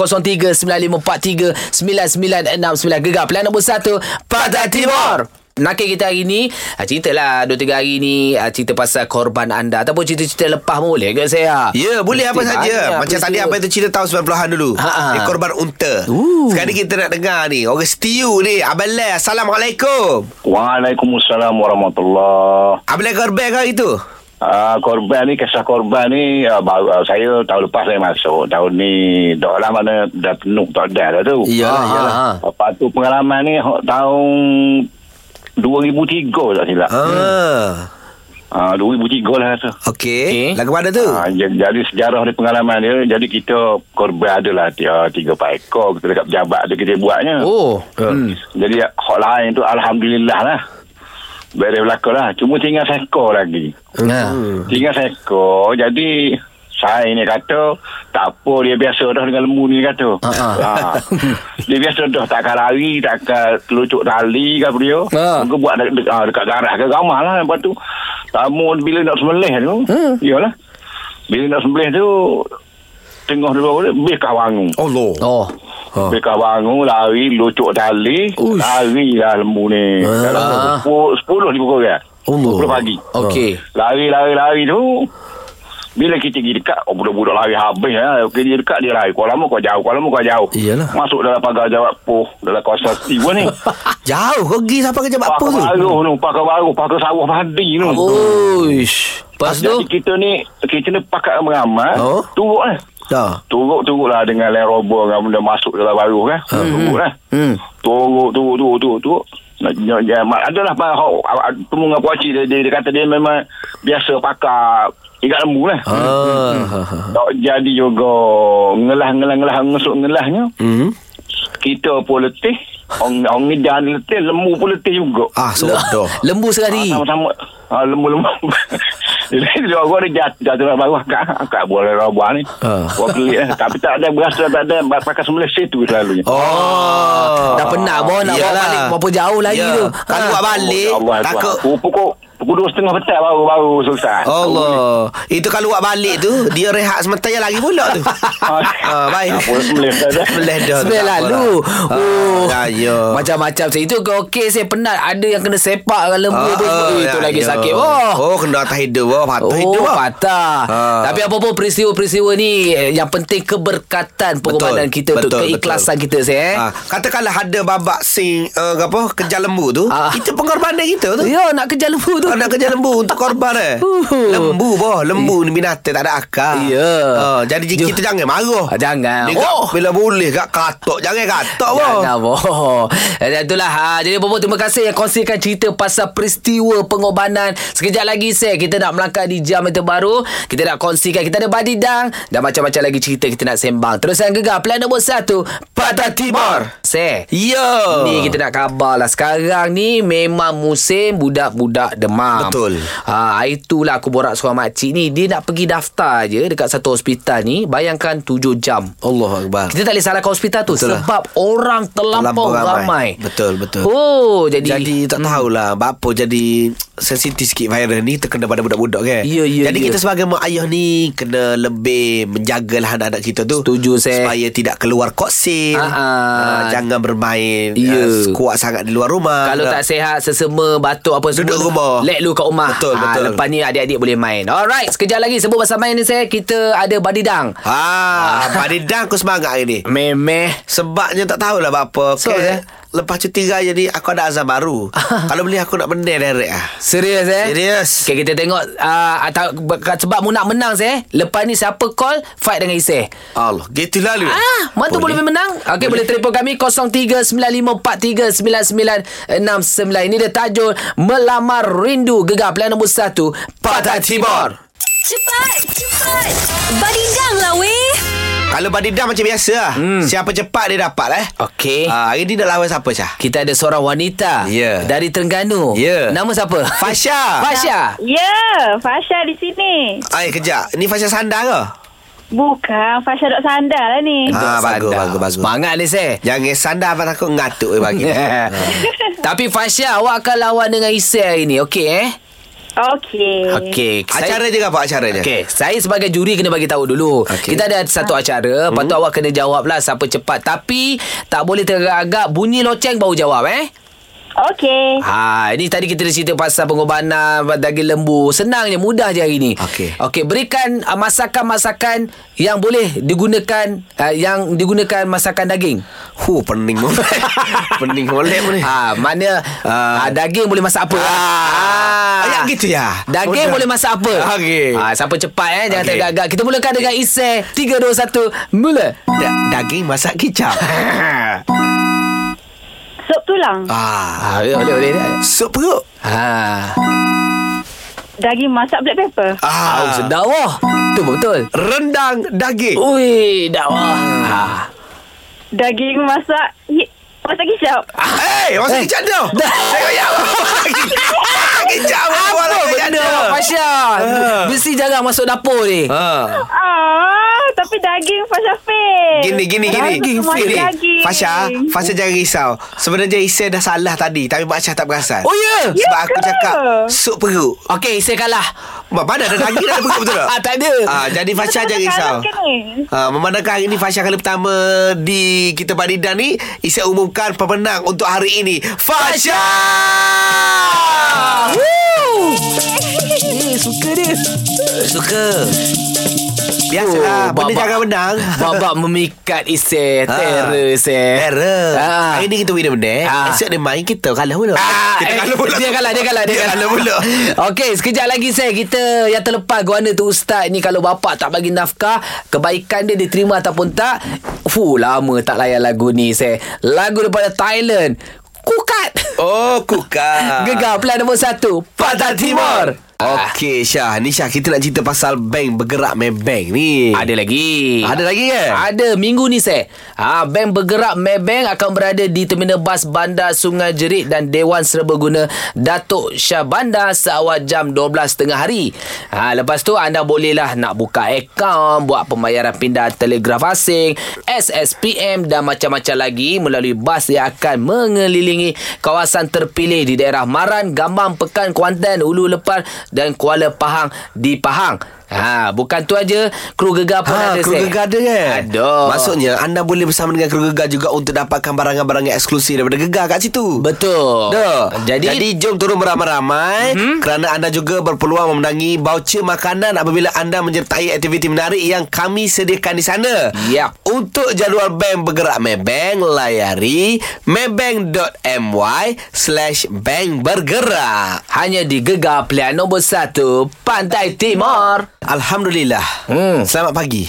Speaker 3: 0395439969 gegar. Pilihan nombor 1 Pantai Timur. Nakik kita hari ni ah, Ceritalah 2-3 hari ni ah, Cerita pasal korban anda Ataupun cerita-cerita lepas pun boleh ke saya
Speaker 2: Ya boleh apa
Speaker 3: Mesti
Speaker 2: saja
Speaker 3: banyak
Speaker 2: Macam tadi
Speaker 3: peristiwa.
Speaker 2: apa itu cerita tahun 90-an dulu
Speaker 3: Ha, ha.
Speaker 2: Dia korban unta
Speaker 3: Ooh.
Speaker 2: Sekarang ni kita nak dengar ni Orang setiu ni Abang Le Assalamualaikum
Speaker 7: Waalaikumsalam warahmatullahi
Speaker 2: Abang Le korban kau itu
Speaker 7: Uh, korban ni kisah korban ni uh, baru, uh, saya tahun lepas saya masuk tahun ni dah lah mana dah penuh tak ada dah tu
Speaker 3: Iyalah,
Speaker 7: Ah,
Speaker 3: iyalah.
Speaker 7: ah. lepas tu pengalaman ni ho- tahun 2003 tak silap
Speaker 2: ha.
Speaker 3: Ah.
Speaker 7: uh, 2003 lah tu
Speaker 3: Hmm. Okey.
Speaker 2: Okey Lagu
Speaker 3: Eh.
Speaker 2: mana tu
Speaker 7: Ah, j- jadi sejarah ni pengalaman dia jadi kita korban adalah tiga, tiga paikor kita dekat pejabat tu kita buatnya
Speaker 3: Oh hmm.
Speaker 7: Jadi hak lain tu Alhamdulillah lah Beres belakang lah Cuma tinggal sekor lagi
Speaker 3: Nah.
Speaker 7: Tinggal sekor Jadi saya ni kata tak apa dia biasa dah dengan lembu ni dia kata.
Speaker 3: Ha, ha.
Speaker 7: Ha. dia biasa dah tak akan lari, tak akan telucuk tali ke apa dia.
Speaker 3: Ha.
Speaker 7: Muka buat de- de- ah, dekat garah ke ramah lah. Lepas tu tamu bila nak sembelih tu, iyalah. Bila nak sembelih tu tengah dulu bekah bangun.
Speaker 2: Allah
Speaker 3: Oh
Speaker 7: Oh. Dekat bangun lari lucuk tali
Speaker 3: Uish. Ah.
Speaker 7: lari lah lembu ni dalam sepuluh sepuluh ribu korang
Speaker 3: Allah.
Speaker 7: sepuluh pagi Ah.
Speaker 3: Okey.
Speaker 7: lari lari lari tu bila kita pergi dekat oh, budak-budak lari habis lah pergi dekat dia lari kau lama kau jauh kau lama kau jauh
Speaker 3: Iyalah.
Speaker 7: masuk dalam pagar jawab poh dalam kawasan tiba ni
Speaker 2: Jauh kau pergi Siapa kerja buat apa
Speaker 7: pakar
Speaker 2: tu
Speaker 7: baru tu pakar baru pakar sawah padi tu
Speaker 3: Uish Lepas tu
Speaker 7: jadi kita ni kita ni pakat ramai-ramai
Speaker 2: Oh.
Speaker 7: turut lah
Speaker 2: Dah
Speaker 7: Turut-turut lah dengan Land Rover kan benda masuk dalam baru kan. Hmm. Turut lah.
Speaker 3: Hmm.
Speaker 7: Hmm. Turut, turut, turut, turut, turut. Nak, nak, ya, mak- adalah pak hok temu dengan pakcik dia, dia, dia kata dia memang biasa pakar ikat lembu lah.
Speaker 2: Ah.
Speaker 7: Hmm.
Speaker 3: Ha,
Speaker 7: Tak jadi juga ngelah-ngelah-ngelah ngesuk-ngelahnya.
Speaker 2: Hmm.
Speaker 7: Kita pun letih. Orang orang ni dan letih, lembu pun letih juga.
Speaker 2: Ah, sodoh.
Speaker 3: Lembu
Speaker 7: Ah,
Speaker 3: sekali
Speaker 7: sama-sama ah, lembu-lembu jadi dia orang dia jatuh jatuh dalam bawah kak kak boleh roboh ni
Speaker 2: Ah.
Speaker 7: uh. pelik eh. tapi tak ada berasa tak ada pakai sembelih situ selalunya
Speaker 2: Oh.
Speaker 3: Dah penat pun Nak bawa
Speaker 2: Iyalah.
Speaker 3: balik Berapa jauh lagi
Speaker 2: Ya.
Speaker 3: tu
Speaker 2: Kalau
Speaker 3: Ha.
Speaker 2: buat
Speaker 7: Oh,
Speaker 2: balik Takut
Speaker 7: takut ya pukul pukul dua setengah petang baru baru selesai
Speaker 2: Allah Itu kalau buat balik tu Dia rehat sementara lagi pula tu ah, Baik
Speaker 7: Apa, sembelih dah dah.
Speaker 2: Sembelih dah tu,
Speaker 3: Sebelah
Speaker 2: tak
Speaker 3: lalu
Speaker 2: apalah.
Speaker 3: lah, oh.
Speaker 2: Ah, Ya
Speaker 3: Macam-macam saya Itu ke okey saya penat Ada yang kena sepak dengan lembu
Speaker 2: Ah,
Speaker 3: pun
Speaker 2: ah,
Speaker 3: oh, Itu
Speaker 2: ya,
Speaker 3: lagi
Speaker 2: ya.
Speaker 3: sakit Oh
Speaker 2: Oh kena atas hidup oh. Patah hidup
Speaker 3: Oh
Speaker 2: oh.
Speaker 3: patah
Speaker 2: Ah.
Speaker 3: Tapi apa pun peristiwa-peristiwa ni eh, Yang penting keberkatan Pengorbanan kita Untuk keikhlasan kita saya eh.
Speaker 2: Ah, Katakanlah ada babak sing uh, Apa Kejar lembu tu
Speaker 3: Ah.
Speaker 2: Itu pengorbanan kita tu
Speaker 3: Ya nak kejar lembu tu
Speaker 2: Kau nak kerja lembu untuk korban eh
Speaker 3: Uhuh.
Speaker 2: Lembu boh Lembu ni binatang tak ada akal
Speaker 3: Ya.
Speaker 2: Ah, Jadi
Speaker 3: Ju-
Speaker 2: kita jangan marah
Speaker 3: Ah, jangan.
Speaker 2: Dia oh.
Speaker 3: Oh.
Speaker 2: Bila boleh kat katok Jangan katok boh
Speaker 3: Jangan boh. Dan ya, itulah. Ha. Jadi Bobo terima kasih yang kongsikan cerita pasal peristiwa pengorbanan. Sekejap lagi saya kita nak melangkah di jam yang terbaru. Kita nak kongsikan. Kita ada badidang dan macam-macam lagi cerita kita nak sembang. Teruskan gegar. Plan nombor satu. Patah Timur. Saya.
Speaker 2: Ya
Speaker 3: Ni kita nak kabar lah Sekarang ni memang musim budak-budak demam
Speaker 2: Betul.
Speaker 3: ha, Hari tu lah aku borak seorang makcik ni Dia nak pergi daftar je dekat satu hospital ni Bayangkan 7 jam
Speaker 2: Allah Akbar
Speaker 3: Ah. kita tak boleh salahkan hospital
Speaker 2: Betul
Speaker 3: tu Betul
Speaker 2: lah.
Speaker 3: sebab orang terlampau
Speaker 2: Terlampau
Speaker 3: ramai.
Speaker 2: ramai. Betul, betul.
Speaker 3: Oh, jadi
Speaker 2: jadi tak tahulah Bapa jadi sensitif sikit virus ni terkena pada budak-budak kan.
Speaker 3: Ya, ya,
Speaker 2: Jadi
Speaker 3: ya.
Speaker 2: kita sebagai mak ayah ni kena lebih menjagalah anak-anak kita tu.
Speaker 3: Setuju, Seh.
Speaker 2: Supaya tidak keluar koksil.
Speaker 3: Ah, ah.
Speaker 2: Ah, jangan bermain
Speaker 3: Ya.
Speaker 2: ah, kuat sangat di luar rumah.
Speaker 3: Kalau tak sihat Sesama batuk apa semua
Speaker 2: ah, Duduk rumah.
Speaker 3: Let lu kat rumah Ah,
Speaker 2: Betul, betul.
Speaker 3: Lepas ni adik-adik boleh main Alright Sekejap lagi Sebut pasal main ni saya Kita ada badidang
Speaker 2: Ha, pada dah aku semangat hari ni.
Speaker 3: Memeh
Speaker 2: Sebabnya tak tahulah apa.
Speaker 3: So, eh?
Speaker 2: Lepas cuti raya ni aku ada azam baru. Kalau boleh aku nak menang direct ah.
Speaker 3: Serius eh
Speaker 2: Serius.
Speaker 3: Okay kita tengok uh, atau, Sebab mu nak menang saya Lepas ni siapa call Fight dengan Iseh
Speaker 2: Allah, gitu lah, lalu.
Speaker 3: Ah, mana tu boleh menang? Okey, boleh. boleh telefon kami 0395439969. Ini dia tajul Melamar Rindu Gegar pilihan nombor 1 Pantai Timur.
Speaker 6: Cepat, cepat. Badidang lah weh.
Speaker 2: Kalau body dam macam biasa lah. Hmm. Siapa cepat dia dapat lah eh.
Speaker 3: Okey.
Speaker 2: Ah, hari ni nak lawan siapa Syah?
Speaker 3: Kita ada seorang wanita
Speaker 2: Ya.
Speaker 3: dari Terengganu.
Speaker 2: Ya.
Speaker 3: Nama siapa?
Speaker 2: Fasha.
Speaker 3: Fasha.
Speaker 9: Ya, yeah, Fasha di sini.
Speaker 2: Ay, kejap. Ni Fasha Sandar ke?
Speaker 9: Bukan, Fasha dok sandal lah ni.
Speaker 2: Ah, bagus,
Speaker 3: Sandar.
Speaker 2: bagus, bagus.
Speaker 3: Semangat ni, Seh.
Speaker 2: Jangan sandar abang takut ngatuk eh bagi.
Speaker 3: Tapi Fasha, awak akan lawan dengan Isai hari ni. Okey, eh?
Speaker 9: Okey.
Speaker 3: Okey. saya-
Speaker 2: Acara je ke apa acaranya?
Speaker 3: Okey, saya sebagai juri kena bagi tahu dulu.
Speaker 2: Okey.
Speaker 3: Okay. Kita ada satu acara, hmm. lepas tu awak kena jawablah siapa cepat. Tapi tak boleh teragak bunyi loceng baru jawab eh.
Speaker 9: Okey.
Speaker 3: Ha, ini tadi kita dah cerita pasal pengorbanan daging lembu. Senang je, mudah je hari ni.
Speaker 2: Okey.
Speaker 3: Okey, berikan uh, masakan-masakan yang boleh digunakan uh, yang digunakan masakan daging.
Speaker 2: Hu, pening mu. pening Ah. molek mu ni.
Speaker 3: Ha, mana uh, uh, daging boleh masak apa?
Speaker 2: Ah, ayat gitu ya?
Speaker 3: Daging
Speaker 2: Mudah.
Speaker 3: boleh masak apa?
Speaker 2: Okey.
Speaker 3: Ah, siapa cepat eh, jangan
Speaker 2: Okey.
Speaker 3: okay. teragak. Kita mulakan dengan Isai. 3 2 1, mula.
Speaker 2: Da- daging masak kicap.
Speaker 9: Sup tulang.
Speaker 2: ah,
Speaker 3: boleh boleh boleh.
Speaker 2: sup perut.
Speaker 3: Ha.
Speaker 9: Daging masak black pepper.
Speaker 3: Ah, oh, sedap wah. Tu betul.
Speaker 2: Rendang daging.
Speaker 3: Ui, dah wah.
Speaker 2: Ah.
Speaker 3: Ha.
Speaker 9: Daging masak hi- masak kicap.
Speaker 2: Eh, masak
Speaker 3: Eh.
Speaker 2: kicap tu. Tengok ya. Masak kicap. Apa
Speaker 3: Benda awak Fasha. Besi jarang masuk dapur ni.
Speaker 2: Ah.
Speaker 9: Ah, tapi daging Fasha fail.
Speaker 2: Gini gini gini.
Speaker 9: Daging semua
Speaker 2: Gini.
Speaker 9: daging.
Speaker 2: Fasha, Fasha jangan risau. Sebenarnya Isai dah salah tadi tapi Mak Syah tak perasan.
Speaker 3: Oh ya. Yeah.
Speaker 2: Sebab
Speaker 9: Ya
Speaker 2: aku
Speaker 9: ke?
Speaker 2: cakap sup perut.
Speaker 3: Okey, saya kalah.
Speaker 2: Mak mana ada daging ada perut betul tak?
Speaker 3: Ah, tak ada.
Speaker 2: Ah, jadi Fasha jangan risau.
Speaker 9: Sekarang ke ni?
Speaker 2: Ha, memandangkan hari ini Fasha kali pertama di Kita Badidan ni Isya umumkan pemenang untuk hari ini Fasha!
Speaker 3: Woo! Eh, suka dia. Suka.
Speaker 2: Biasalah, oh, benda jangan menang
Speaker 3: Babak memikat Isai. eh.
Speaker 2: Ha.
Speaker 3: Terror Isai.
Speaker 2: Error
Speaker 3: Ah.
Speaker 2: Hari ni kita winner benda
Speaker 3: Ah.
Speaker 2: Esok dia main kita kalah pula
Speaker 3: Ah,
Speaker 2: Kita
Speaker 3: eh,
Speaker 2: kalah pula
Speaker 3: Dia kalah, dia kalah, dia,
Speaker 2: Dia kalah pula
Speaker 3: Okey, sekejap lagi saya kita yang terlepas guana tu ustaz ni kalau bapak tak bagi nafkah, kebaikan dia diterima ataupun tak. Fu, lama tak layan lagu ni saya. Lagu daripada Thailand. Kukat.
Speaker 2: Oh, kuka
Speaker 3: Gegar pelan nombor satu Pantai Timur.
Speaker 2: Okey Syah Ni Syah kita nak cerita pasal bank Bergerak main bank ni
Speaker 3: Ah, Ada lagi.
Speaker 2: Ada lagi kan?
Speaker 3: Ada minggu ni saya. Ha, bank bergerak Maybank akan berada di terminal bas bandar Sungai Jerit dan Dewan Serbaguna Datuk Shah Bandar seawal jam 12.30 hari. Ha, lepas tu anda bolehlah nak buka akaun, buat pembayaran pindah telegraf asing, SSPM dan macam-macam lagi melalui bas yang akan mengelilingi kawasan terpilih di daerah Maran, Gambang, Pekan, Kuantan, Ulu Lepan dan Kuala Pahang di Pahang. Ha, bukan tu aja, kru gegar pun
Speaker 2: Ha,
Speaker 3: ada
Speaker 2: keluarga
Speaker 3: Seh.
Speaker 2: Gegar ada kan?
Speaker 3: Aduh.
Speaker 2: Maksudnya anda boleh bersama dengan keluarga Gegar juga untuk dapatkan barang-barang yang eksklusif daripada Gegar kat situ.
Speaker 3: Betul.
Speaker 2: Duh. Jadi,
Speaker 3: Jadi, Mhm.
Speaker 2: Jadi jom turun beramai-ramai mm-hmm. kerana anda juga berpeluang memenangi voucher makanan apabila anda menyertai aktiviti menarik yang kami sediakan di sana.
Speaker 3: Yap.
Speaker 2: Untuk jadual bank bergerak Maybank, layari maybank.my slash bank bergerak.
Speaker 3: hanya di Gegar pilihan nombor 1 Pantai Timur.
Speaker 2: Alhamdulillah.
Speaker 3: Hmm.
Speaker 2: Selamat pagi.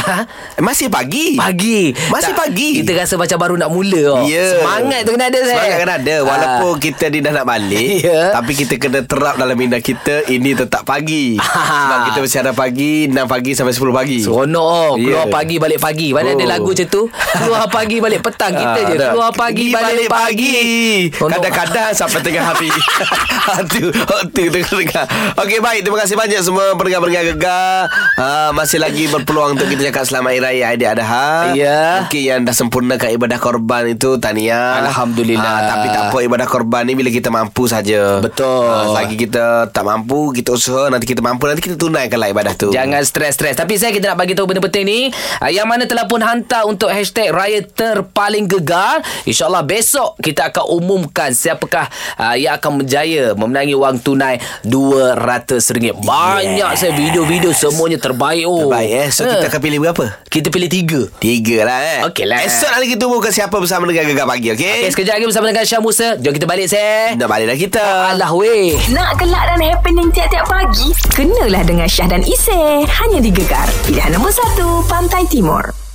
Speaker 3: Ha?
Speaker 2: Eh, Masih pagi.
Speaker 3: Pagi.
Speaker 2: Masih pagi.
Speaker 3: Kita rasa macam baru nak mula. Oh.
Speaker 2: Ya.
Speaker 3: Semangat tu kena ada. Zek.
Speaker 2: Semangat kena ada Walaupun
Speaker 3: Ha.
Speaker 2: kita ni dah nak balik
Speaker 3: Ya.
Speaker 2: Tapi kita kena terap dalam minda kita Ini tetap pagi
Speaker 3: Ah.
Speaker 2: Sebab kita bersiaran pagi 6 pagi sampai 10 pagi
Speaker 3: Seronok oh. Keluar
Speaker 2: Ya.
Speaker 3: pagi balik pagi
Speaker 2: Oh.
Speaker 3: Mana oh. ada lagu macam tu Keluar pagi balik petang Kita
Speaker 2: Ah,
Speaker 3: je
Speaker 2: dah.
Speaker 3: Keluar pagi
Speaker 2: Pergi
Speaker 3: balik, pagi, Seronok.
Speaker 2: Kadang-kadang sampai Ah, oh, tengah hari Hantu Hantu tengah-tengah Okey baik Terima kasih banyak semua Pendengar-pendengar gegar ha, Masih lagi berpeluang Untuk kita cakap Selamat Hari Raya Aidil Adha
Speaker 3: Ya.
Speaker 2: Mungkin yang dah sempurnakan Ibadah korban itu Tahniah
Speaker 3: Alhamdulillah.
Speaker 2: Ah, Tapi tak apa Ibadah korban ni Bila kita mampu saja.
Speaker 3: Betul.
Speaker 2: Ah, Selagi kita tak mampu Kita usaha Nanti kita mampu Nanti kita tunaikanlah ibadah tu
Speaker 3: Jangan stres-stres Tapi saya kita nak bagi tahu benda penting ni ah, Yang mana telah pun hantar untuk hashtag Raya Terpaling Gegar InsyaAllah besok kita akan umumkan Siapakah ah, yang akan berjaya Memenangi wang tunai RM200 Banyak saya video-video semuanya terbaik oh.
Speaker 2: Baik eh So kita akan pilih berapa?
Speaker 3: kita pilih tiga
Speaker 2: Tiga lah eh
Speaker 3: Okey lah.
Speaker 2: Esok nanti kita buka siapa bersama dengan Gegar Pagi
Speaker 3: Okay,
Speaker 2: okey? Okay,
Speaker 3: Eh, sekejap lagi bersama dengan Syah Musa Jom kita balik saya
Speaker 2: Eh. Dah balik dah kita
Speaker 3: Alah weh
Speaker 1: Nak gelak dan happening tiap-tiap pagi? Kenalah dengan Syah dan Isy. Hanya di Gegar. Pilihan nombor 1, Pantai Timur.